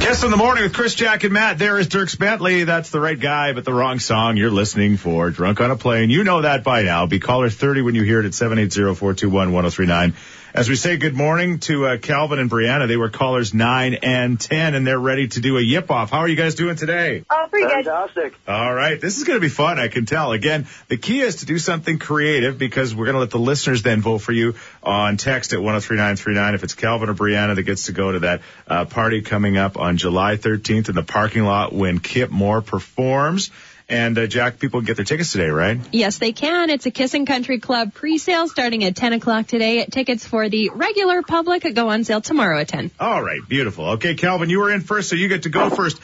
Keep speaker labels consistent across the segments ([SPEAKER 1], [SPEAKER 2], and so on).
[SPEAKER 1] Kiss in the morning with Chris Jack and Matt. There is Dirk Bentley. That's the right guy, but the wrong song. You're listening for Drunk on a Plane. You know that by now. Be caller 30 when you hear it at 780-421-1039. As we say good morning to uh, Calvin and Brianna, they were callers 9 and 10, and they're ready to do a yip off. How are you guys doing today?
[SPEAKER 2] Oh, pretty good.
[SPEAKER 3] uh,
[SPEAKER 4] Fantastic.
[SPEAKER 1] All right. This is going to be fun. I can tell. Again, the key is to do something creative because we're going to let the listeners then vote for you on text at 103939. If it's Calvin or Brianna that gets to go to that uh, party coming up on July 13th in the parking lot when Kip Moore performs. And uh, Jack, people can get their tickets today, right?
[SPEAKER 5] Yes, they can. It's a Kissing Country Club pre-sale starting at 10 o'clock today. Tickets for the regular public go on sale tomorrow at 10.
[SPEAKER 1] All right. Beautiful. Okay, Calvin, you were in first, so you get to go first.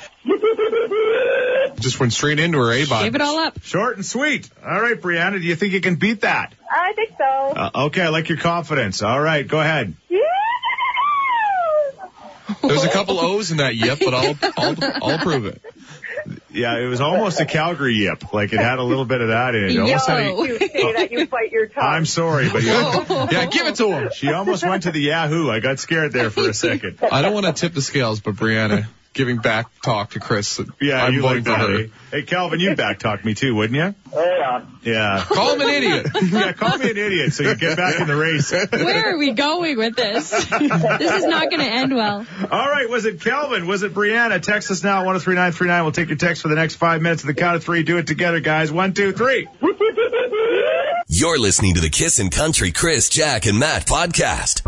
[SPEAKER 6] Just went straight into her A-box.
[SPEAKER 5] Give it all up.
[SPEAKER 1] Short and sweet. All right, Brianna, do you think you can beat that?
[SPEAKER 2] I think so.
[SPEAKER 1] Uh, okay, I like your confidence. All right, go ahead.
[SPEAKER 6] There's a couple O's in that yip, but I'll, I'll, I'll prove it.
[SPEAKER 1] Yeah, it was almost a Calgary yip. Like it had a little bit of that in it.
[SPEAKER 5] Yo.
[SPEAKER 1] Almost had a,
[SPEAKER 2] you say that you bite your tongue.
[SPEAKER 1] I'm sorry, but
[SPEAKER 7] Oh.
[SPEAKER 1] yeah,
[SPEAKER 6] Yeah, give it to him.
[SPEAKER 1] she almost went to the Yahoo. I got scared there for a second.
[SPEAKER 6] I don't want to tip the scales, but Brianna giving back talk to Chris.
[SPEAKER 1] Yeah,
[SPEAKER 6] I'm
[SPEAKER 1] you
[SPEAKER 6] voting
[SPEAKER 1] like
[SPEAKER 6] for
[SPEAKER 1] that.
[SPEAKER 6] her.
[SPEAKER 1] eh? Hey, Calvin, you backtalked me too, wouldn't
[SPEAKER 4] Oh, yeah.
[SPEAKER 1] you? Yeah.
[SPEAKER 6] Call him an idiot.
[SPEAKER 1] Yeah, call me an idiot so you get back in the race.
[SPEAKER 5] Where are we going with this? this is not going to end well.
[SPEAKER 1] All right, was it Calvin? Was it Brianna? Text us now oh at 103939. We'll take your text for the next five minutes. At the count of three, do it together, guys. One, two, three.
[SPEAKER 8] You're listening to the Kissin' Country Chris, Jack, and Matt podcast.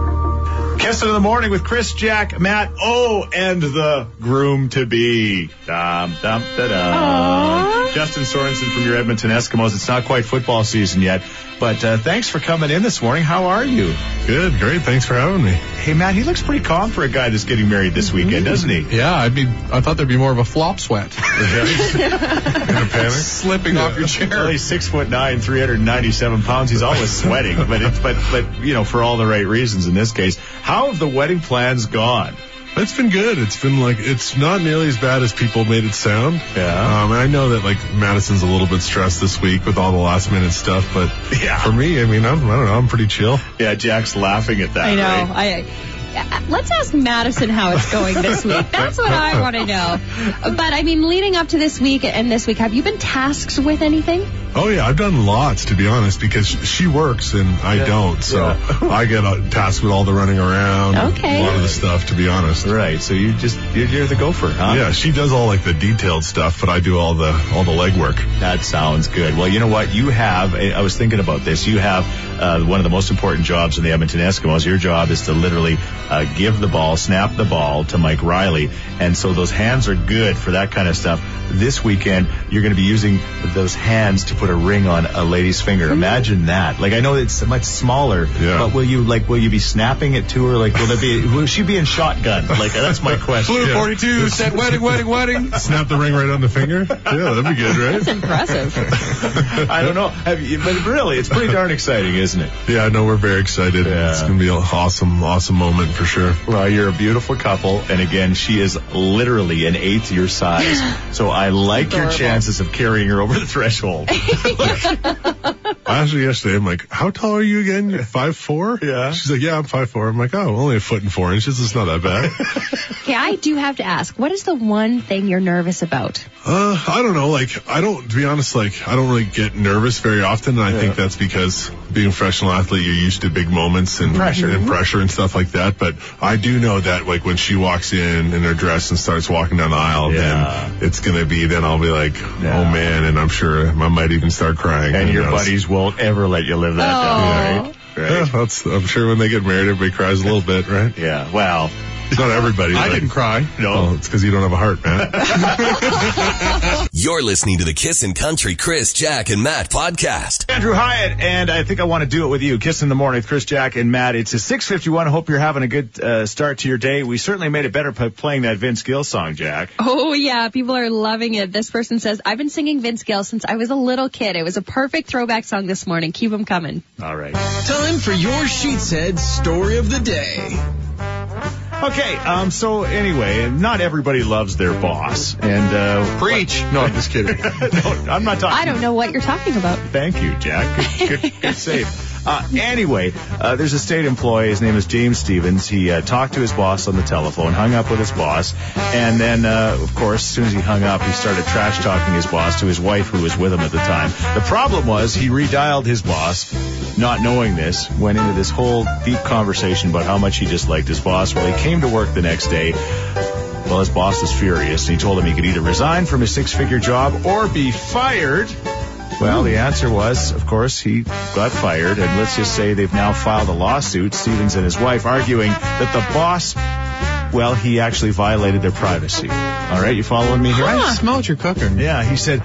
[SPEAKER 1] Kissing in the morning with Chris, Jack, Matt, oh, and the groom to be. Dum dum da dum. Justin Sorensen from your Edmonton Eskimos. It's not quite football season yet, but uh, thanks for coming in this morning. How are you?
[SPEAKER 7] Good, great. Thanks for having me. Mm-hmm.
[SPEAKER 1] Hey, Matt, he looks pretty calm for a guy that's getting married this weekend, doesn't he?
[SPEAKER 6] Yeah, I'd be. I thought there'd be more of a flop sweat slipping off your
[SPEAKER 1] Well,
[SPEAKER 6] chair.
[SPEAKER 1] he's six foot nine, 397 pounds. He's always sweating, but it's, but, but, you know, for all the right reasons in this case. How have the wedding plans gone?
[SPEAKER 7] It's been good. It's been like it's not nearly as bad as people made it sound.
[SPEAKER 1] Yeah.
[SPEAKER 7] Um, and I know that like Madison's a little bit stressed this week with all the last minute stuff, but
[SPEAKER 1] Yeah.
[SPEAKER 7] for me, I mean, I'm, I don't know, I'm pretty chill.
[SPEAKER 1] Yeah, Jack's laughing at that.
[SPEAKER 5] I know.
[SPEAKER 1] right?
[SPEAKER 5] I, I- let's ask Madison how it's going this week. That's what I want to know. But I mean, leading up to this week and this week, have you been tasked with anything?
[SPEAKER 7] Oh yeah, I've done lots to be honest because she works and I don't, so I get uh, tasked with all the running around, and
[SPEAKER 5] Okay.
[SPEAKER 7] a lot of the stuff to be honest.
[SPEAKER 1] Right. So you just you're, you're the gopher, huh?
[SPEAKER 7] Yeah, she does all like the detailed stuff, but I do all the all the legwork.
[SPEAKER 1] That sounds good. Well, you know what? You have. I was thinking about this. You have uh, one of the most important jobs in the Edmonton Eskimos. Your job is to literally uh, give the ball, snap the ball to Mike Riley, and so those hands are good for that kind of stuff. This weekend, you're going to be using those hands to put a ring on a lady's finger. Imagine that. Like I know it's much smaller,
[SPEAKER 7] Yeah.
[SPEAKER 1] but will you like will you be snapping it to her? Like will there be will she be in shotgun? Like that's my question.
[SPEAKER 6] Blue
[SPEAKER 7] Yeah.
[SPEAKER 6] 42 said wedding, wedding, wedding.
[SPEAKER 7] Snap the ring right on the finger. Yeah, that'd be good, right?
[SPEAKER 5] It's impressive.
[SPEAKER 1] I don't know. Have you, but really, it's pretty darn exciting, isn't it?
[SPEAKER 7] Yeah, no, we're very excited.
[SPEAKER 1] Yeah.
[SPEAKER 7] It's gonna be an awesome, awesome moment for sure.
[SPEAKER 1] Well, you're a beautiful couple, and again, she is literally an eighth your size. So I like your chances of carrying her over the threshold.
[SPEAKER 7] Actually, yesterday I'm like, "How tall are you again? You're five four?
[SPEAKER 1] Yeah.
[SPEAKER 7] She's like, "Yeah, I'm five four. I'm like, "Oh, only a foot and four inches. It's not that bad."
[SPEAKER 5] Okay, I do have to ask, what is the one thing you're nervous about?
[SPEAKER 7] uh, I don't know. Like, I don't. To be honest, like, I don't really get nervous very often, and I think that's because being a professional athlete, you're used to big moments and
[SPEAKER 1] Pressure.
[SPEAKER 7] and pressure and stuff like that. But I do know that, like, when she walks in in her dress and starts walking down the aisle,
[SPEAKER 1] Yeah.
[SPEAKER 7] then it's gonna be. Then I'll be like,
[SPEAKER 1] Yeah.
[SPEAKER 7] "Oh man!" And I'm sure I might even start crying.
[SPEAKER 1] and
[SPEAKER 7] Who
[SPEAKER 1] your
[SPEAKER 7] knows?
[SPEAKER 1] buddies won't ever let you live that down, right?
[SPEAKER 7] Yeah, that's, I'm sure when they get married, everybody cries a little bit, right?
[SPEAKER 1] Yeah. Well,
[SPEAKER 7] Not everybody.
[SPEAKER 6] I
[SPEAKER 7] but-
[SPEAKER 6] didn't cry. Oh.
[SPEAKER 7] No, it's because you don't have a heart, man.
[SPEAKER 8] You're listening to the Kissin' Country Chris, Jack, and Matt podcast.
[SPEAKER 1] Andrew Hyatt, and I think I want to do it with you. Kiss in the morning with Chris, Jack, and Matt. It's a 6:51. Hope you're having a good uh, start to your day. We certainly made it better by playing that Vince Gill song, Jack.
[SPEAKER 5] Oh yeah, people are loving it. This person says, I've been singing Vince Gill since I was a little kid. It was a perfect throwback song this morning. Keep 'em coming.
[SPEAKER 1] All right.
[SPEAKER 9] Time for your Sheets Head story of the day.
[SPEAKER 1] Okay. Um. So anyway, not everybody loves their boss, and uh,
[SPEAKER 6] Preach. No, I'm just kidding.
[SPEAKER 1] no, I'm not talking.
[SPEAKER 5] I don't know what you're talking about.
[SPEAKER 1] Thank you, Jack. Good, good, good save. Uh, anyway, uh, there's a state employee. His name is James Stevens. He uh, talked to his boss on the telephone, hung up with his boss, and then, uh, of course, as soon as he hung up, he started trash talking his boss to his wife, who was with him at the time. The problem was he redialed his boss, not knowing this, went into this whole deep conversation about how much he disliked his boss. Well, he came to work the next day. Well, his boss was furious, and he told him he could either resign from his six-figure job or be fired. Well, the answer was, of course, he got fired, and let's just say they've now filed a lawsuit, Stevens and his wife, arguing that the boss, well, he actually violated their privacy. All right, you following me here?
[SPEAKER 6] Smelled your cooking.
[SPEAKER 1] Yeah, he said,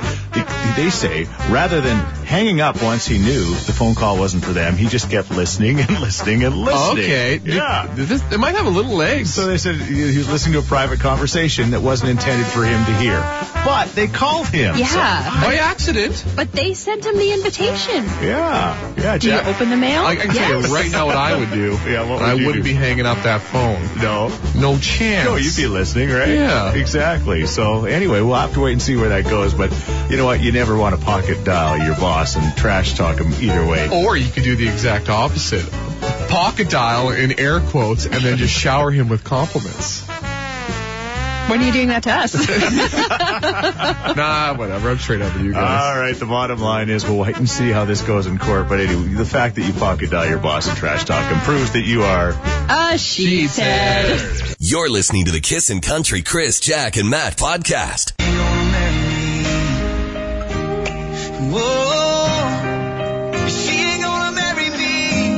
[SPEAKER 1] they say, rather than hanging up once he knew the phone call wasn't for them, he just kept listening and listening and listening.
[SPEAKER 6] Okay.
[SPEAKER 1] Yeah.
[SPEAKER 6] This, it might have a little legs.
[SPEAKER 1] So they said he he was listening to a private conversation that wasn't intended for him to hear. But they called him.
[SPEAKER 5] Yeah,
[SPEAKER 6] By accident.
[SPEAKER 5] but they sent him the invitation.
[SPEAKER 1] So- yeah. Yeah,
[SPEAKER 5] Do you
[SPEAKER 1] Jack.
[SPEAKER 5] open the mail?
[SPEAKER 6] I, I can tell
[SPEAKER 5] yes.
[SPEAKER 6] you right now what I would do.
[SPEAKER 1] Yeah, what would
[SPEAKER 6] I
[SPEAKER 1] you
[SPEAKER 6] wouldn't
[SPEAKER 1] do?
[SPEAKER 6] be hanging up that phone.
[SPEAKER 1] No.
[SPEAKER 6] No chance.
[SPEAKER 1] No, you'd be listening, right?
[SPEAKER 6] Yeah.
[SPEAKER 1] Exactly. So anyway, we'll have to wait and see where that goes. But you know what? You never want to pocket dial your boss and trash talk him either way.
[SPEAKER 6] Or you could do the exact opposite. Pocket dial in air quotes and then just shower him with compliments.
[SPEAKER 5] When are you doing that to us?
[SPEAKER 6] nah, whatever. I'm straight up with you guys.
[SPEAKER 1] All right. The bottom line is we'll wait and see how this goes in court. But anyway, the fact that you pocket dial your boss and trash talk him proves that you are
[SPEAKER 5] Uh, she,
[SPEAKER 6] She
[SPEAKER 5] said.
[SPEAKER 8] You're listening to the Kiss and Country Chris, Jack, and Matt podcast.
[SPEAKER 9] Whoa, she ain't gonna marry me.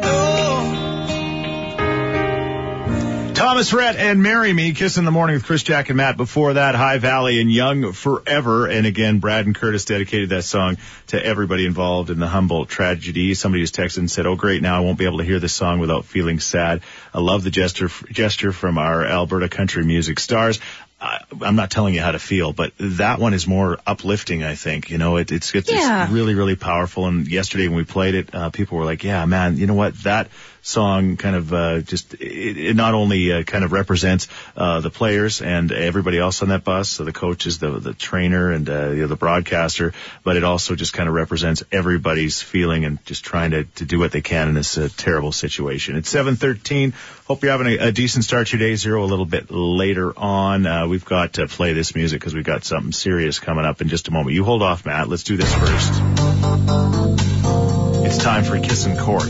[SPEAKER 9] No.
[SPEAKER 1] Thomas Rhett and Marry Me, Kiss in the Morning with Chris, Jack, and Matt. Before that, High Valley and Young Forever. And again, Brad and Curtis dedicated that song to everybody involved in the Humboldt tragedy. Somebody just texted and said, oh great, now I won't be able to hear this song without feeling sad. I love the gesture, gesture from our Alberta country music stars. I, I'm not telling you how to feel, but that one is more uplifting, I think. You know, it, it's, it's,
[SPEAKER 5] Yeah.
[SPEAKER 1] it's really, really powerful. And yesterday when we played it, uh, people were like, yeah, man, you know what? That song kind of, uh, just, it, it not only, uh, kind of represents, uh, the players and everybody else on that bus. So the coaches, the, the trainer and, uh, you know, the broadcaster, but it also just kind of represents everybody's feeling and just trying to, to do what they can in this uh, terrible situation. It's 713. Hope you're having a, a decent start to your day. Zero a little bit later on. Uh, we've got to play this music because we've got something serious coming up in just a moment. You hold off, Matt. Let's do this first. It's time for Kiss and Court.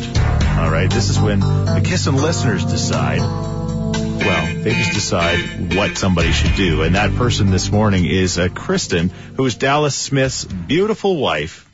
[SPEAKER 1] All right, this is when the Kiss and listeners decide. Well, they just decide what somebody should do, and that person this morning is uh, Kristen, who is Dallas Smith's beautiful wife.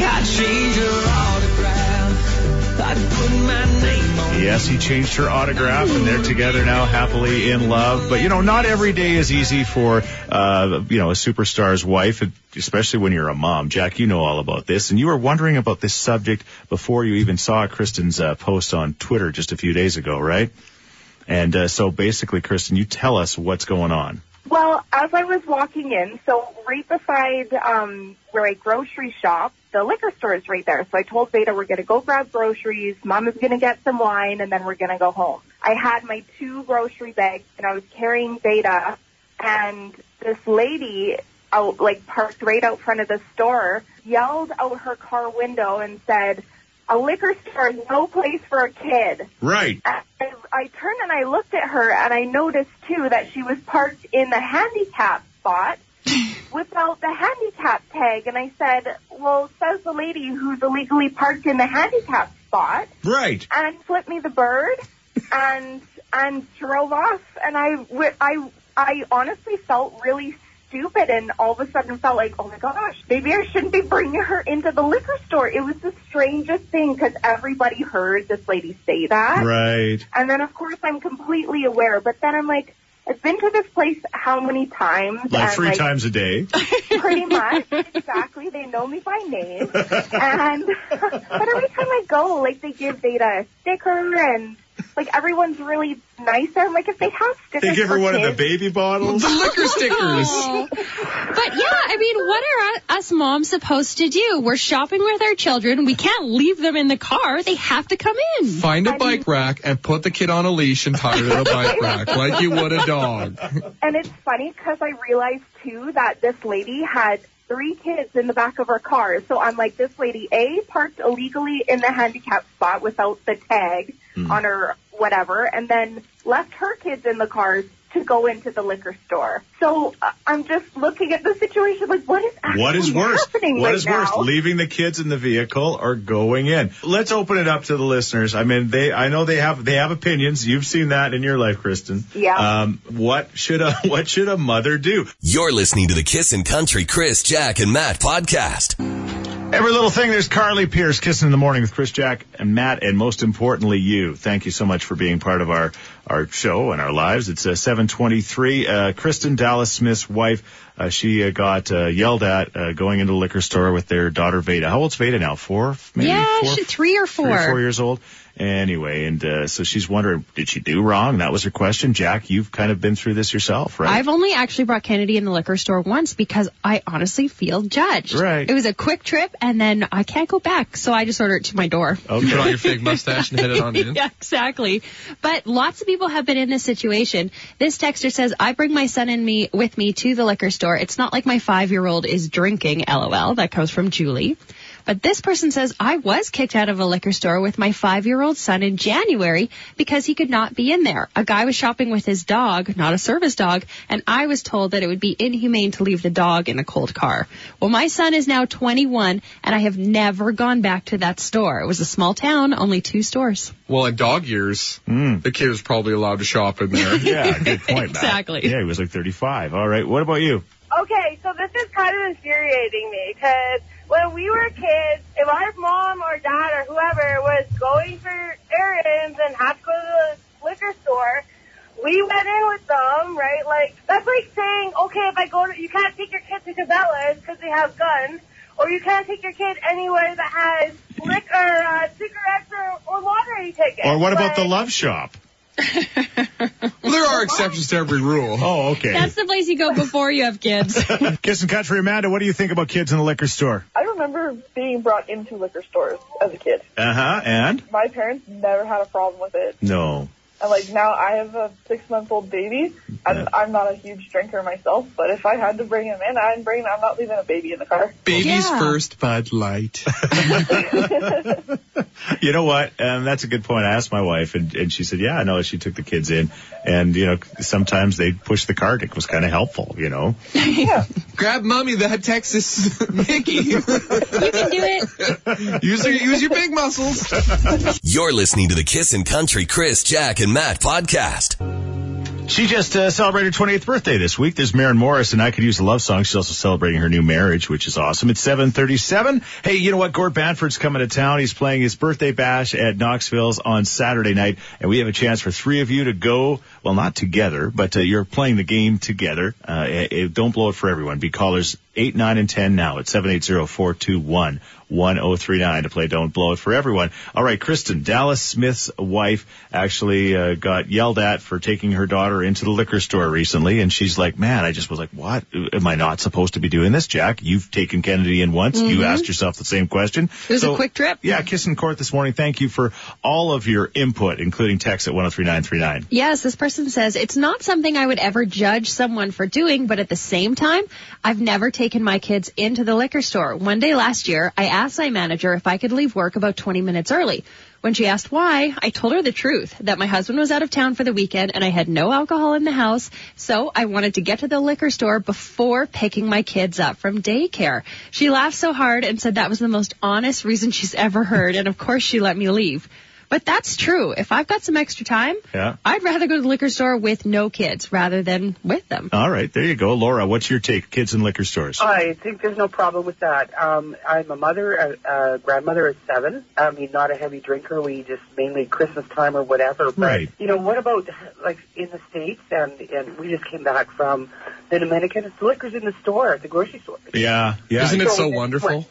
[SPEAKER 9] I change her autograph. I put my name on
[SPEAKER 1] Yes, he changed her autograph, and they're together now, happily in love. But you know, not every day is easy for uh, you know a superstar's wife, especially when you're a mom. Jack, you know all about this, and you were wondering about this subject before you even saw Kristen's uh, post on Twitter just a few days ago, right? And uh, so basically, Kristen, you tell us what's going on.
[SPEAKER 2] Well, as I was walking in, so right beside um, where I grocery shop, the liquor store is right there. So I told Beta we're going to go grab groceries. Mom is going to get some wine, and then we're going to go home. I had my two grocery bags, and I was carrying Beta, and this lady out like parked right out front of the store yelled out her car window and said, "A liquor store is no place for a kid."
[SPEAKER 1] Right.
[SPEAKER 2] I, I turned and I looked at her, and I noticed too that she was parked in the handicap spot without the handicap tag. And I said, "Well, says the lady who's illegally parked in the handicap spot,"
[SPEAKER 1] Right.
[SPEAKER 2] and flipped me the bird, and and drove off. And I w- I I honestly felt really stupid, and all of a sudden felt like, "Oh my gosh, maybe I shouldn't be bringing her into the liquor store." It was the strangest thing because everybody heard this lady say that.
[SPEAKER 1] Right.
[SPEAKER 2] And then, of course, I'm completely aware. But then I'm like, I've been to this place how many times?
[SPEAKER 1] Like
[SPEAKER 2] And,
[SPEAKER 1] three times a day.
[SPEAKER 2] Pretty much. exactly. They know me by name. And, but every time I go, like, they give Beta a sticker and, like, everyone's really nice there. I'm like, if they have stickers
[SPEAKER 1] They give her
[SPEAKER 2] for
[SPEAKER 1] one of the
[SPEAKER 2] kids,
[SPEAKER 1] baby bottles.
[SPEAKER 6] The liquor stickers.
[SPEAKER 5] Oh. But yeah, I mean, what are u- us moms supposed to do? We're shopping with our children. We can't leave them in the car. They have to come in.
[SPEAKER 6] Find a bike rack and put the kid on a leash and tie her to the bike rack like you would a dog.
[SPEAKER 2] And it's funny because I realized too that this lady had three kids in the back of her car. So I'm like, this lady A parked illegally in the handicap spot without the tag
[SPEAKER 1] Hmm.
[SPEAKER 2] on her whatever, and then left her kids in the car to go into the liquor store. So uh, I'm just looking at the situation like, what is actually
[SPEAKER 1] What is worse? What is
[SPEAKER 2] happening right now?
[SPEAKER 1] worse? Leaving the kids in the vehicle or going in? Let's open it up to the listeners. I mean, they I know they have they have opinions. You've seen that in your life, Kristen.
[SPEAKER 2] Yeah.
[SPEAKER 1] Um, what should a what should a mother do?
[SPEAKER 8] You're listening to the Kissin' Country Chris, Jack, and Matt podcast.
[SPEAKER 1] Every little thing. There's Carly Pierce kissing in the morning with Chris, Jack, and Matt, and most importantly, you. Thank you so much for being part of our our show and our lives. It's uh, 7:23. Uh, Kristen Dallas Smith's wife, uh, she uh, got uh, yelled at uh, going into the liquor store with their daughter Veda. How old's Veda now? Four, maybe
[SPEAKER 5] yeah,
[SPEAKER 1] four,
[SPEAKER 5] she, three or four.
[SPEAKER 1] three or four years old. Anyway, and uh, so she's wondering, did she do wrong? That was her question. Jack, you've kind of been through this yourself, right?
[SPEAKER 5] I've only actually brought Kennedy in the liquor store once because I honestly feel judged.
[SPEAKER 1] Right.
[SPEAKER 5] It was a quick trip and then I can't go back, so I just order it to my door.
[SPEAKER 6] Put on
[SPEAKER 1] okay.
[SPEAKER 6] your fake mustache and headed on in.
[SPEAKER 5] yeah, exactly. But lots of people have been in this situation. This texter says, I bring my son and me with me to the liquor store. It's not like my five year old is drinking, lol. That comes from Julie. But this person says, I was kicked out of a liquor store with my five year old son in January because he could not be in there. A guy was shopping with his dog, not a service dog, and I was told that it would be inhumane to leave the dog in a cold car. Well, my son is now 21 and I have never gone back to that store. It was a small town, only two stores.
[SPEAKER 6] Well, in dog years, the kid was probably allowed to shop in there.
[SPEAKER 1] yeah, good point. Matt.
[SPEAKER 5] Exactly.
[SPEAKER 1] Yeah, he was like 35. All right. What about you?
[SPEAKER 4] Okay, so this is kind of infuriating me because when we were kids, if our mom or dad or whoever was going for errands and had to go to the liquor store, we went in with them, right? Like that's like saying, okay, if I go to, you can't take your kid to Cabela's because they have guns, or you can't take your kid anywhere that has liquor, uh, cigarettes, or, or lottery tickets.
[SPEAKER 1] Or what about the
[SPEAKER 4] Like-
[SPEAKER 1] love shop?
[SPEAKER 6] Well, there are exceptions to every rule.
[SPEAKER 1] Oh, okay.
[SPEAKER 5] That's the place you go before you have kids.
[SPEAKER 1] Kiss and Country Amanda, what do you think about kids in the liquor store?
[SPEAKER 10] I remember being brought into liquor stores as a kid.
[SPEAKER 1] Uh huh. And?
[SPEAKER 10] My parents never had a problem with it.
[SPEAKER 1] No.
[SPEAKER 10] And like now I have a six month old baby. I'm,
[SPEAKER 1] Yeah.
[SPEAKER 10] I'm not a huge drinker myself, but if I had to bring him in, I'm bringing, I'm not leaving a baby in the car.
[SPEAKER 6] Babies
[SPEAKER 5] Yeah.
[SPEAKER 6] first, Bud Light.
[SPEAKER 1] You know what? Um, that's a good point. I asked my wife, and, and she said, yeah, I know. She took the kids in, and, you know, sometimes they push the cart. It was kind of helpful, you know?
[SPEAKER 6] Grab mummy, that Texas Mickey.
[SPEAKER 5] you can do it.
[SPEAKER 6] use your use your big muscles.
[SPEAKER 8] You're listening to the Kissin' Country Chris, Jack, and Matt podcast.
[SPEAKER 1] She just uh, celebrated her 28th birthday this week. There's Maren Morris, and I could use a love song. She's also celebrating her new marriage, which is awesome. It's 7:37. Hey, you know what? Gord Banford's coming to town. He's playing his birthday bash at Knoxville's on Saturday night, and we have a chance for three of you to go. Well, not together, but uh, you're playing the game together. Uh, it, it- don't blow it for everyone. Be callers eight, nine, and ten now at 780-421. 1039 to play Don't Blow It for everyone. All right, Kristen, Dallas Smith's wife actually uh, got yelled at for taking her daughter into the liquor store recently, and she's like, man, I just was like, what? Am I not supposed to be doing this, Jack? You've taken Kennedy in once. You asked yourself the same question.
[SPEAKER 5] Mm-hmm. It was a quick trip.
[SPEAKER 1] Yeah, Kiss and Court this morning. Thank you for all of your input, including text at 103939.
[SPEAKER 5] Yes, this person says it's not something I would ever judge someone for doing, but at the same time, I've never taken my kids into the liquor store. One day last year, I asked my manager if I could leave work about 20 minutes early. When she asked why, I told her the truth that my husband was out of town for the weekend and I had no alcohol in the house, so I wanted to get to the liquor store before picking my kids up from daycare. She laughed so hard and said that was the most honest reason she's ever heard, and of course she let me leave. But that's true. If I've got some extra time,
[SPEAKER 1] Yeah.
[SPEAKER 5] I'd rather go to the liquor store with no kids rather than with them.
[SPEAKER 1] All right, there you go. Laura, what's your take? Kids in liquor stores.
[SPEAKER 3] I think there's no problem with that. Um, I'm a mother, a, a grandmother of seven. I mean, not a heavy drinker. We just mainly Christmas time or whatever. But
[SPEAKER 1] Right.
[SPEAKER 3] you know, what about like in the states? And and we just came back from the Dominican. It's liquor's in the store, at the grocery store.
[SPEAKER 1] Yeah, yeah.
[SPEAKER 6] Isn't it so wonderful?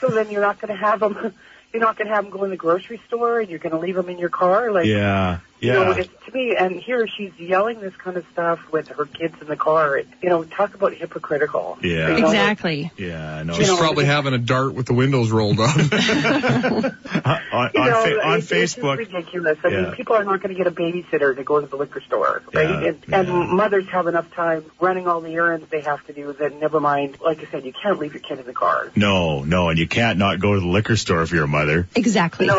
[SPEAKER 3] So then you're not going to have them. You're not going to have them go in the grocery store, and you're going to leave them in your car. Like
[SPEAKER 1] Yeah.
[SPEAKER 3] You know,
[SPEAKER 1] Yeah.
[SPEAKER 3] it's to me, and here she's yelling this kind of stuff with her kids in the car. It, you know, talk about hypocritical.
[SPEAKER 1] Yeah.
[SPEAKER 3] You know,
[SPEAKER 5] Exactly.
[SPEAKER 1] Yeah, I know.
[SPEAKER 6] She's probably having a dart with the windows rolled up.
[SPEAKER 1] Oh, uh, on, on
[SPEAKER 3] You know,
[SPEAKER 1] fa- on
[SPEAKER 3] it's- it's just
[SPEAKER 1] Facebook.
[SPEAKER 3] ridiculous. I
[SPEAKER 1] Yeah.
[SPEAKER 3] mean, people are not going to get a babysitter to go to the liquor store, right?
[SPEAKER 1] Yeah,
[SPEAKER 3] and, and mothers have enough time running all the errands they have to do. That never mind. Like I said, you can't leave your kid in the car.
[SPEAKER 1] No, no, and you can't not go to the liquor store if you're a mother.
[SPEAKER 5] Exactly.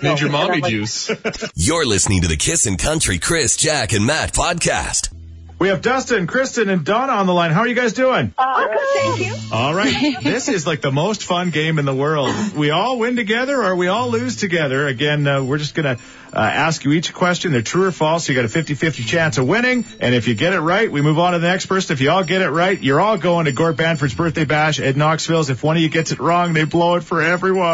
[SPEAKER 6] Need your mommy
[SPEAKER 3] like-
[SPEAKER 6] juice.
[SPEAKER 8] You're listening to the Kissin' Country Chris, Jack, and Matt podcast.
[SPEAKER 1] We have Dustin, Kristen, and Donna on the line. How are you guys doing?
[SPEAKER 4] Uh, thank you.
[SPEAKER 1] All right. this is like the most fun game in the world. We all win together or we all lose together. Again, uh, we're just going to uh, ask you each a question. They're true or false. You got a 50 50 chance of winning. And if you get it right, we move on to the next person. If you all get it right, you're all going to Gort Banford's birthday bash at Knoxville's. If one of you gets it wrong, they blow it for everyone.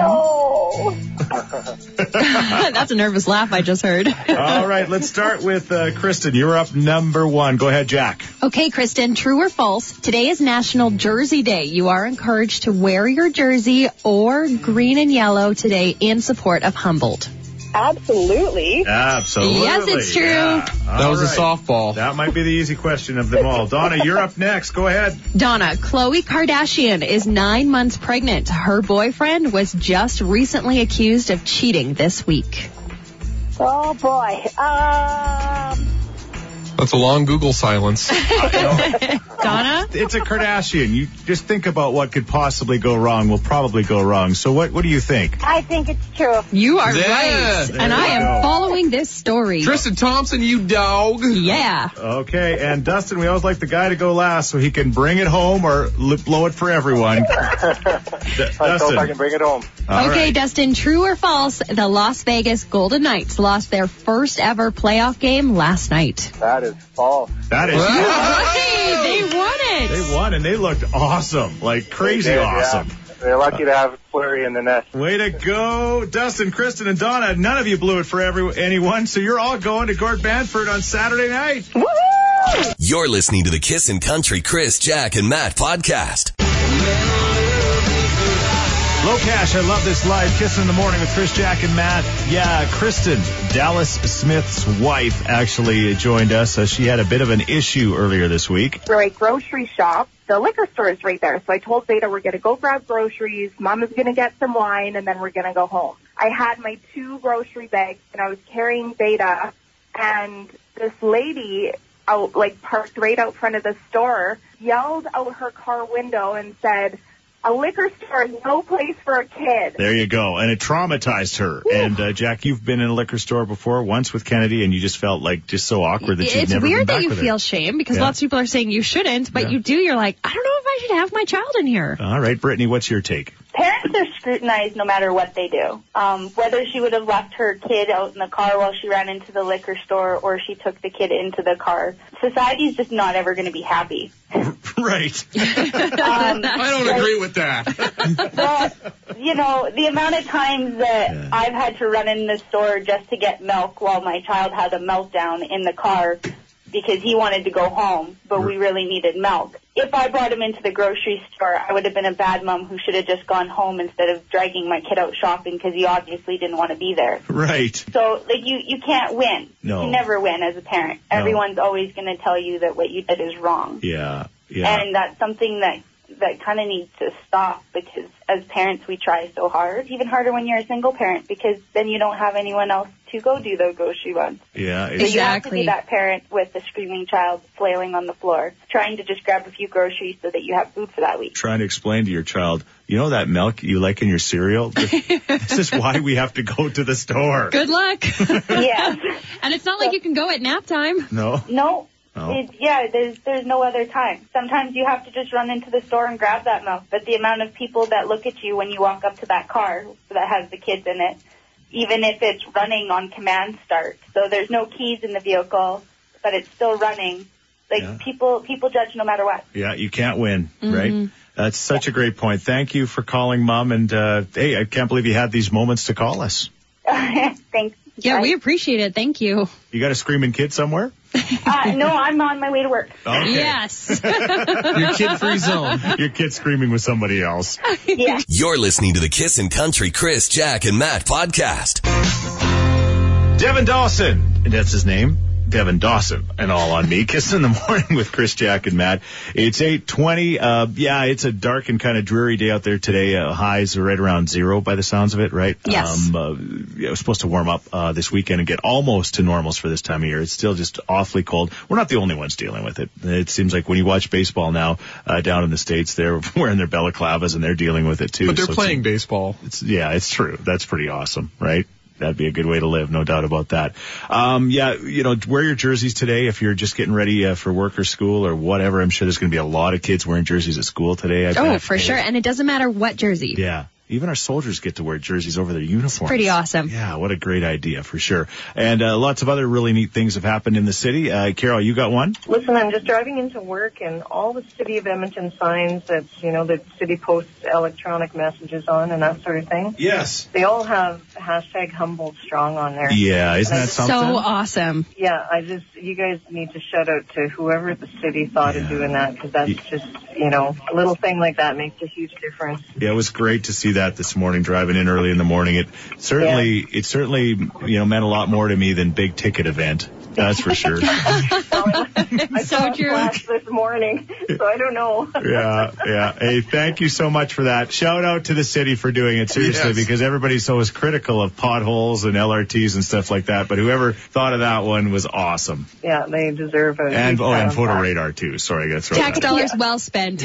[SPEAKER 11] Oh,
[SPEAKER 4] No.
[SPEAKER 5] That's a nervous laugh I just heard.
[SPEAKER 1] All right. Let's start with uh, Kristen. You're up number one. Go ahead, Jack.
[SPEAKER 5] Okay, Kristen, true or false? Today is National Jersey Day. You are encouraged to wear your jersey or green and yellow today in support of Humboldt.
[SPEAKER 10] Absolutely.
[SPEAKER 1] Absolutely.
[SPEAKER 5] Yes, it's true.
[SPEAKER 1] Yeah.
[SPEAKER 6] That
[SPEAKER 1] All
[SPEAKER 6] was
[SPEAKER 1] right.
[SPEAKER 6] a softball.
[SPEAKER 1] That might be the easy question of them all. Donna, you're up next. Go ahead.
[SPEAKER 5] Donna, Khloe Kardashian is nine months pregnant. Her boyfriend was just recently accused of cheating this week.
[SPEAKER 4] Oh boy.
[SPEAKER 3] "Ah."
[SPEAKER 4] Um.
[SPEAKER 6] That's a long Google silence.
[SPEAKER 5] Donna?
[SPEAKER 1] It's a Kardashian. You just think about what could possibly go wrong. Will probably go wrong. So what? What do you think?
[SPEAKER 4] I think it's true.
[SPEAKER 5] You are
[SPEAKER 6] Yeah,
[SPEAKER 5] right.
[SPEAKER 6] there
[SPEAKER 5] And I
[SPEAKER 1] you
[SPEAKER 5] am
[SPEAKER 1] go.
[SPEAKER 5] following this story.
[SPEAKER 6] Tristan Thompson, you dog.
[SPEAKER 5] yeah.
[SPEAKER 1] Okay. And Dustin, we always like the guy to go last so he can bring it home or l- blow it for everyone. D-
[SPEAKER 12] Let's hope I can
[SPEAKER 1] Dustin.
[SPEAKER 12] bring it home.
[SPEAKER 1] all
[SPEAKER 5] okay,
[SPEAKER 1] right.
[SPEAKER 5] Dustin, true or false? The Las Vegas Golden Knights lost their first ever playoff game last night.
[SPEAKER 12] That is false.
[SPEAKER 1] That is.
[SPEAKER 5] Hey, they won it.
[SPEAKER 1] Oh! They won and they looked awesome, like crazy
[SPEAKER 12] They did, yeah.
[SPEAKER 1] awesome.
[SPEAKER 12] They're lucky to have Flurry in the net.
[SPEAKER 1] Way to go, Dustin, Kristen, and Donna. None of you blew it for every, anyone, so you're all going to Gort Banford on Saturday night.
[SPEAKER 8] You're listening to the Kissin' Country Chris, Jack, and Matt podcast.
[SPEAKER 1] Low Cash, I love this live. Kissing in the morning with Chris, Jack, and Matt. Yeah, Kristen, Dallas Smith's wife, actually joined us. Uh, she had a bit of an issue earlier this week.
[SPEAKER 2] We're a grocery shop. The liquor store is right there. So I told Beta we're going to go grab groceries. Mama's going to get some wine and then we're going to go home. I had my two grocery bags and I was carrying Beta and this lady out, like parked right out front of the store yelled out her car window and said, a liquor store is no place for a kid.
[SPEAKER 1] There you go. And it traumatized her. And uh, Jack, you've been in a liquor store before, once with Kennedy, and you just felt like just so awkward that you've
[SPEAKER 5] it's
[SPEAKER 1] never been
[SPEAKER 5] weird
[SPEAKER 1] back
[SPEAKER 5] that you
[SPEAKER 1] with her.
[SPEAKER 5] feel shame because
[SPEAKER 1] Yeah.
[SPEAKER 5] lots of people are saying you shouldn't, but
[SPEAKER 1] Yeah. Uh.
[SPEAKER 5] you do. You're like, I don't know if I should have my child in here.
[SPEAKER 1] All right, Brittany, what's your take?
[SPEAKER 4] Parents are scrutinized no matter what they do. Um, whether she would have left her kid out in the car while she ran into the liquor store or she took the kid into the car, society's just not ever going to be happy.
[SPEAKER 1] Right.
[SPEAKER 4] Um,
[SPEAKER 6] I don't agree with that.
[SPEAKER 4] well, you know, the amount of times that
[SPEAKER 1] Yeah.
[SPEAKER 4] I've had to run in the store just to get milk while my child had a meltdown in the car because he wanted to go home, but we really needed milk. If I brought him into the grocery store, I would have been a bad mom who should have just gone home instead of dragging my kid out shopping because he obviously didn't want to be there.
[SPEAKER 1] Right.
[SPEAKER 4] So, like, you, you can't win.
[SPEAKER 1] No.
[SPEAKER 4] You never win as a parent.
[SPEAKER 1] No.
[SPEAKER 4] Everyone's always going to tell you that what you did is wrong.
[SPEAKER 1] Yeah. Yeah.
[SPEAKER 4] And that's something that that kind of needs to stop because as parents we try so hard, even harder when you're a single parent because then you don't have anyone else to go do those grocery runs.
[SPEAKER 1] yeah.
[SPEAKER 4] So
[SPEAKER 1] It's,
[SPEAKER 4] you have to
[SPEAKER 5] Exactly.
[SPEAKER 4] be that parent with a screaming child flailing on the floor, trying to just grab a few groceries so that you have food for that week.
[SPEAKER 1] trying to explain to your child, you know that milk you like in your cereal? this is why we have to go to the store.
[SPEAKER 5] Good luck.
[SPEAKER 4] yes.
[SPEAKER 5] and it's not like you can go at nap time.
[SPEAKER 1] No.
[SPEAKER 4] No.
[SPEAKER 1] No.
[SPEAKER 4] It, yeah, there's there's no other time. Sometimes you have to just run into the store and grab that milk. But the amount of people that look at you when you walk up to that car that has the kids in it, even if it's running on command start, so there's no keys in the vehicle, but it's still running. Like
[SPEAKER 1] Yeah.
[SPEAKER 4] people people judge no matter what.
[SPEAKER 1] Yeah, you can't win, right? That's such a great point. Thank you for calling, Mom. And uh, hey, I can't believe you had these moments to call us.
[SPEAKER 4] Thanks.
[SPEAKER 5] Yeah, we appreciate it. Thank you.
[SPEAKER 1] You got a screaming kid somewhere?
[SPEAKER 4] Uh, no, I'm on my way to work.
[SPEAKER 1] Okay.
[SPEAKER 5] Yes.
[SPEAKER 6] Your kid free zone.
[SPEAKER 1] Your kid's screaming with somebody else.
[SPEAKER 4] Yeah.
[SPEAKER 8] You're listening to the Kissin' Country Chris, Jack, and Matt podcast.
[SPEAKER 1] Devin Dawson. That's his name. Devin Dawson and all on me. Kiss in the morning with Chris, Jack, and Matt. It's 820. Uh, yeah, it's a dark and kind of dreary day out there today. Uh, highs are right around zero by the sounds of it, right?
[SPEAKER 13] Yes.
[SPEAKER 1] Um, uh, yeah, it was supposed to warm up uh, this weekend and get almost to normals for this time of year. It's still just awfully cold. We're not the only ones dealing with it. It seems like when you watch baseball now uh, down in the States, they're wearing their balaclavas and they're dealing with it too.
[SPEAKER 6] But they're
[SPEAKER 1] So it's-
[SPEAKER 6] playing baseball.
[SPEAKER 1] it's, yeah, it's true. That's pretty awesome, right? That'd be a good way to live, no doubt about that. Um, yeah, you know, wear your jerseys today if you're just getting ready uh, for work or school or whatever. I'm sure there's going to be a lot of kids wearing jerseys at school today. I
[SPEAKER 5] Oh,
[SPEAKER 1] bet.
[SPEAKER 5] for sure. And it doesn't matter what jersey.
[SPEAKER 1] Yeah. Even our soldiers get to wear jerseys over their uniforms.
[SPEAKER 5] Pretty awesome.
[SPEAKER 1] Yeah, what a great idea for sure. And uh, lots of other really neat things have happened in the city. Uh, Carol, you got one?
[SPEAKER 11] Listen, I'm just driving into work, and all the city of Edmonton signs that you know that city posts electronic messages on and that sort of thing.
[SPEAKER 1] Yes.
[SPEAKER 11] They all have hashtag humbled strong on there.
[SPEAKER 1] Yeah, isn't
[SPEAKER 11] And I
[SPEAKER 1] that
[SPEAKER 11] just-
[SPEAKER 1] something?
[SPEAKER 5] awesome.
[SPEAKER 11] Yeah, I just you guys need to shout out to whoever at the city thought of doing that because that's just you know a little thing like that makes a huge difference.
[SPEAKER 1] Yeah, it was great to see that this morning, driving in early in the morning. It certainly, it certainly, you know, meant a lot more to me than big ticket event. That's for sure.
[SPEAKER 11] I saw a flash this morning, so I don't know.
[SPEAKER 1] yeah, yeah. Hey, thank you so much for that. Shout out to the city for doing it seriously
[SPEAKER 6] Yes.
[SPEAKER 1] because everybody's always critical of potholes and LRTs and stuff like that. But whoever thought of that one was awesome.
[SPEAKER 11] Yeah, they deserve a
[SPEAKER 1] And
[SPEAKER 11] huge
[SPEAKER 1] oh,
[SPEAKER 11] pat
[SPEAKER 1] and
[SPEAKER 11] on
[SPEAKER 1] photo
[SPEAKER 11] the back.
[SPEAKER 1] radar too. Sorry, I got to throw
[SPEAKER 5] Tax
[SPEAKER 1] that. in.
[SPEAKER 5] dollars well spent.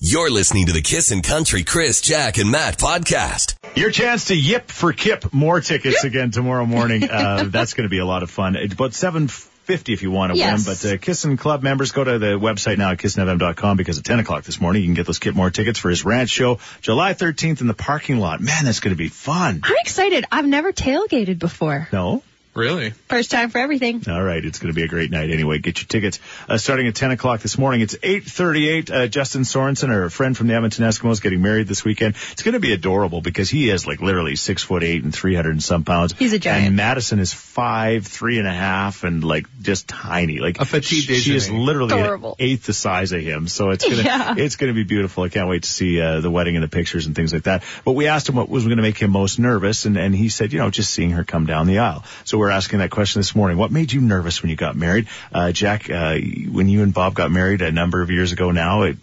[SPEAKER 8] You're listening to the Kissin' Country Chris, Jack, and Matt podcast.
[SPEAKER 1] Your chance to yip for kip more tickets again tomorrow morning. Uh, that's going to be a lot of fun. It's about seven fifty if you want to
[SPEAKER 14] Yes.
[SPEAKER 1] win. But uh, Kissin Club members, go to the website now at kissinfm.com because at ten o'clock this morning you can get those Kip Moore tickets for his ranch show, July thirteenth in the parking lot. Man, that's going to be fun.
[SPEAKER 5] I'm excited. I've never tailgated before.
[SPEAKER 1] No.
[SPEAKER 6] Really?
[SPEAKER 5] First time for everything.
[SPEAKER 1] All right, it's going to be a great night anyway. Get your tickets uh, starting at 10 o'clock this morning. It's 8:38. Uh, Justin Sorensen, our friend from the Edmonton Eskimos, getting married this weekend. It's going to be adorable because he is like literally six foot eight and 300 and some pounds. He's a giant. And Madison is five, three and a half, and like just tiny. Like a petite. She, she is
[SPEAKER 6] déjeuner.
[SPEAKER 1] literally an
[SPEAKER 6] Adorable.
[SPEAKER 1] eighth the size of him. So it's gonna
[SPEAKER 6] Yeah.
[SPEAKER 1] it's gonna be beautiful. I can't wait to see uh, the wedding and the pictures and things like that. But we asked him what was gonna make him most nervous, and and he said, you know, just seeing her come down the aisle. So we're asking that question this morning. What made you nervous when you got married, uh, Jack? Uh, when you and Bob got married a number of years ago now, it.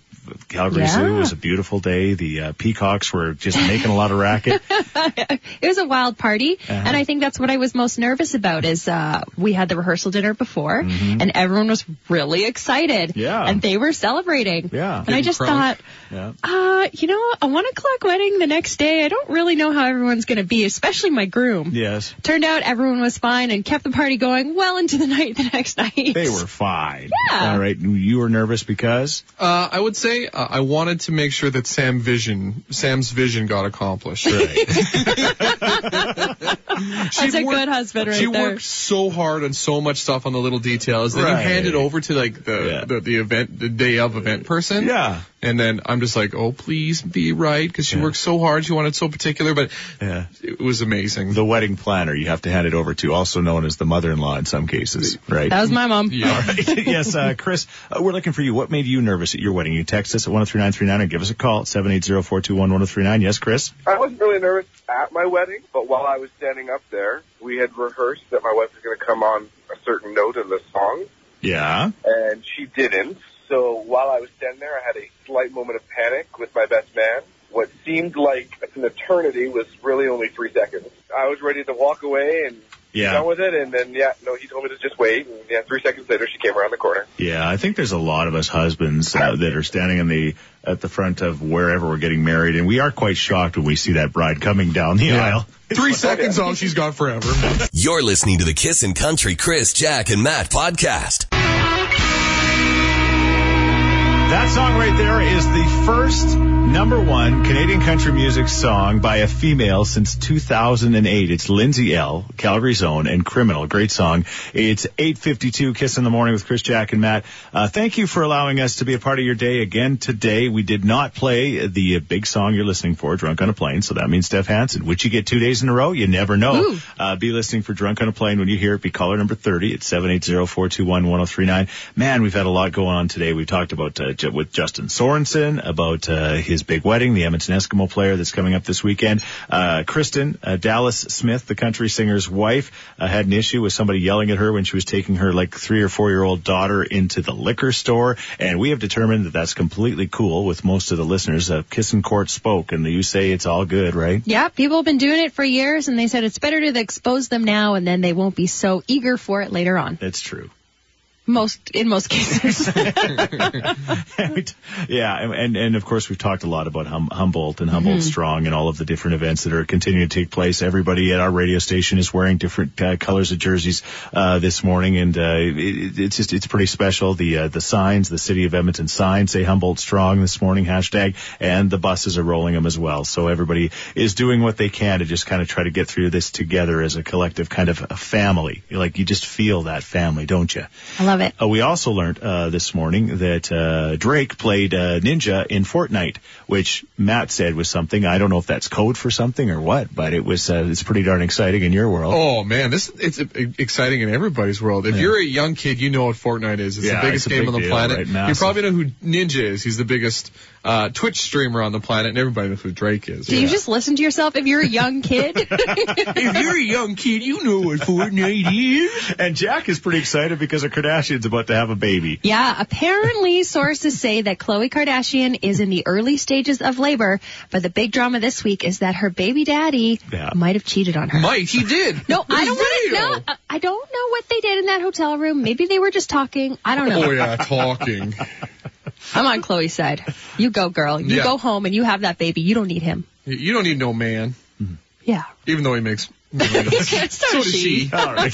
[SPEAKER 1] Calgary
[SPEAKER 5] Yeah.
[SPEAKER 1] Zoo was a beautiful day. The uh, peacocks were just making a lot of racket.
[SPEAKER 5] it was a wild party
[SPEAKER 1] Uh-huh.
[SPEAKER 5] and i think that's what i was most nervous about is uh we had the rehearsal dinner before and everyone was really excited
[SPEAKER 1] Mm-hmm. Yeah.
[SPEAKER 5] and they were celebrating
[SPEAKER 1] Yeah.
[SPEAKER 5] and i just thought
[SPEAKER 1] Yeah.
[SPEAKER 5] uh you know a one o'clock wedding the next day i don't really know how everyone's going to be especially my groom
[SPEAKER 1] Yes.
[SPEAKER 5] turned out everyone was fine and kept the party going well into the night the next night
[SPEAKER 1] They were fine.
[SPEAKER 5] Yeah.
[SPEAKER 1] All right. You were nervous because?
[SPEAKER 6] Uh, I would say uh, I wanted to make sure that Sam vision, Sam's vision got accomplished.
[SPEAKER 5] that's a good husband right
[SPEAKER 6] she
[SPEAKER 5] there
[SPEAKER 6] worked so hard on so much stuff on the little details that you
[SPEAKER 1] Right.
[SPEAKER 6] hand it over to like the, the the event the day of event person.
[SPEAKER 1] Yeah.
[SPEAKER 6] And then I'm just like, oh please be right because she worked so hard, she wanted so particular, but
[SPEAKER 1] Yeah.
[SPEAKER 6] it was amazing.
[SPEAKER 1] The wedding planner you have to hand it over to, also known as the mother-in-law in some cases, right?
[SPEAKER 5] that was my mom
[SPEAKER 1] All right. yes, uh, Chris, uh, we're looking for you. What made you nervous at your wedding? You text us at 103939 or give us a call at 780-421-1039. Yes, Chris?
[SPEAKER 12] I wasn't really nervous at my wedding, but while I was standing up there, we had rehearsed that my wife was going to come on a certain note in the song,
[SPEAKER 1] Yeah.
[SPEAKER 12] and she didn't. So while I was standing there, I had a slight moment of panic with my best man. What seemed like an eternity was really only three seconds. I was ready to walk away and
[SPEAKER 1] Yeah.
[SPEAKER 12] done with it, and then yeah, no, he told me to just wait, and yeah, three seconds later, she came around the corner.
[SPEAKER 1] Yeah, I think there's a lot of us husbands uh, that are standing in the at the front of wherever we're getting married, and we are quite shocked when we see that bride coming down the aisle.
[SPEAKER 6] Three seconds on, she's gone forever.
[SPEAKER 8] You're listening to the Kissin' Country Chris, Jack, and Matt podcast.
[SPEAKER 1] That song right there is the first number one Canadian country music song by a female since 2008. It's Lindsay L, Calgary's own, and Criminal. Great song. It's 8:52, Kiss in the Morning with Chris, Jack, and Matt. Uh, thank you for allowing us to be a part of your day again today. We did not play the uh, big song you're listening for, "Drunk on a Plane," so that means Steph Hansen, which you get two days in a row. You never know.
[SPEAKER 14] Ooh.
[SPEAKER 1] Uh, be listening for Drunk on a Plane when you hear it. Be caller number 30 at 780-421-1039. Man, we've had a lot going on today. We've talked about uh, Ju- with Justin Sorensen, about uh, his his big wedding, the Edmonton Eskimo player that's coming up this weekend. Uh, Kristen uh, Dallas Smith, the country singer's wife, uh, had an issue with somebody yelling at her when she was taking her like three or four year old daughter into the liquor store, and we have determined that that's completely cool with most of the listeners. Uh, Kiss and Court spoke, and you say it's all good, right?
[SPEAKER 5] Yeah, people have been doing it for years, and they said it's better to expose them now, and then they won't be so eager for it later on.
[SPEAKER 1] That's true.
[SPEAKER 5] Most in most cases.
[SPEAKER 1] Yeah, and, and and of course we've talked a lot about hum, Humboldt and Humboldt Strong and all of the different events that are continuing to take place. Everybody at our radio station is wearing different uh, colors of jerseys uh, this morning, and uh, it- it, it's just it's pretty special. The uh, the signs, the city of Edmonton signs say Humboldt Strong this morning hashtag, and the buses are rolling them as well. So everybody is doing what they can to just kind of try to get through this together as a collective kind of a family. Like you just feel that family, don't you?
[SPEAKER 5] I love it.
[SPEAKER 1] Uh, we also learned uh, this morning that uh, Drake played uh, Ninja in Fortnite, which Matt said was something. I don't know if that's code for something or what, but it was uh, it's pretty darn exciting in your world.
[SPEAKER 6] Oh man, this it's uh, exciting in everybody's world. If you're a young kid, you know what Fortnite is. It's
[SPEAKER 1] Yeah,
[SPEAKER 6] the biggest
[SPEAKER 1] it's a
[SPEAKER 6] game
[SPEAKER 1] big
[SPEAKER 6] on the
[SPEAKER 1] deal, right?
[SPEAKER 6] planet. you
[SPEAKER 1] Massive.
[SPEAKER 6] probably know who Ninja is. He's the biggest uh, Twitch streamer on the planet, and everybody knows who Drake is.
[SPEAKER 5] Do you just listen to yourself if you're a young kid?
[SPEAKER 6] if you're a young kid, you know what Fortnite is.
[SPEAKER 1] And Jack is pretty excited because a Kardashian's about to have a baby.
[SPEAKER 5] Yeah, apparently sources say that Khloe Kardashian is in the early stages of labor, but the big drama this week is that her baby daddy might have cheated on her.
[SPEAKER 6] Might he did?
[SPEAKER 5] No, I don't
[SPEAKER 6] Real.
[SPEAKER 5] want to know. I don't know what they did in that hotel room. Maybe they were just talking. I don't know.
[SPEAKER 6] Oh yeah, talking.
[SPEAKER 5] I'm on Chloe's side. You go, girl. You
[SPEAKER 6] Yeah.
[SPEAKER 5] go home and you have that baby. You don't need him.
[SPEAKER 6] You- You don't need no man.
[SPEAKER 5] Yeah.
[SPEAKER 6] Even though he makes.
[SPEAKER 5] so
[SPEAKER 6] does she.
[SPEAKER 1] All right.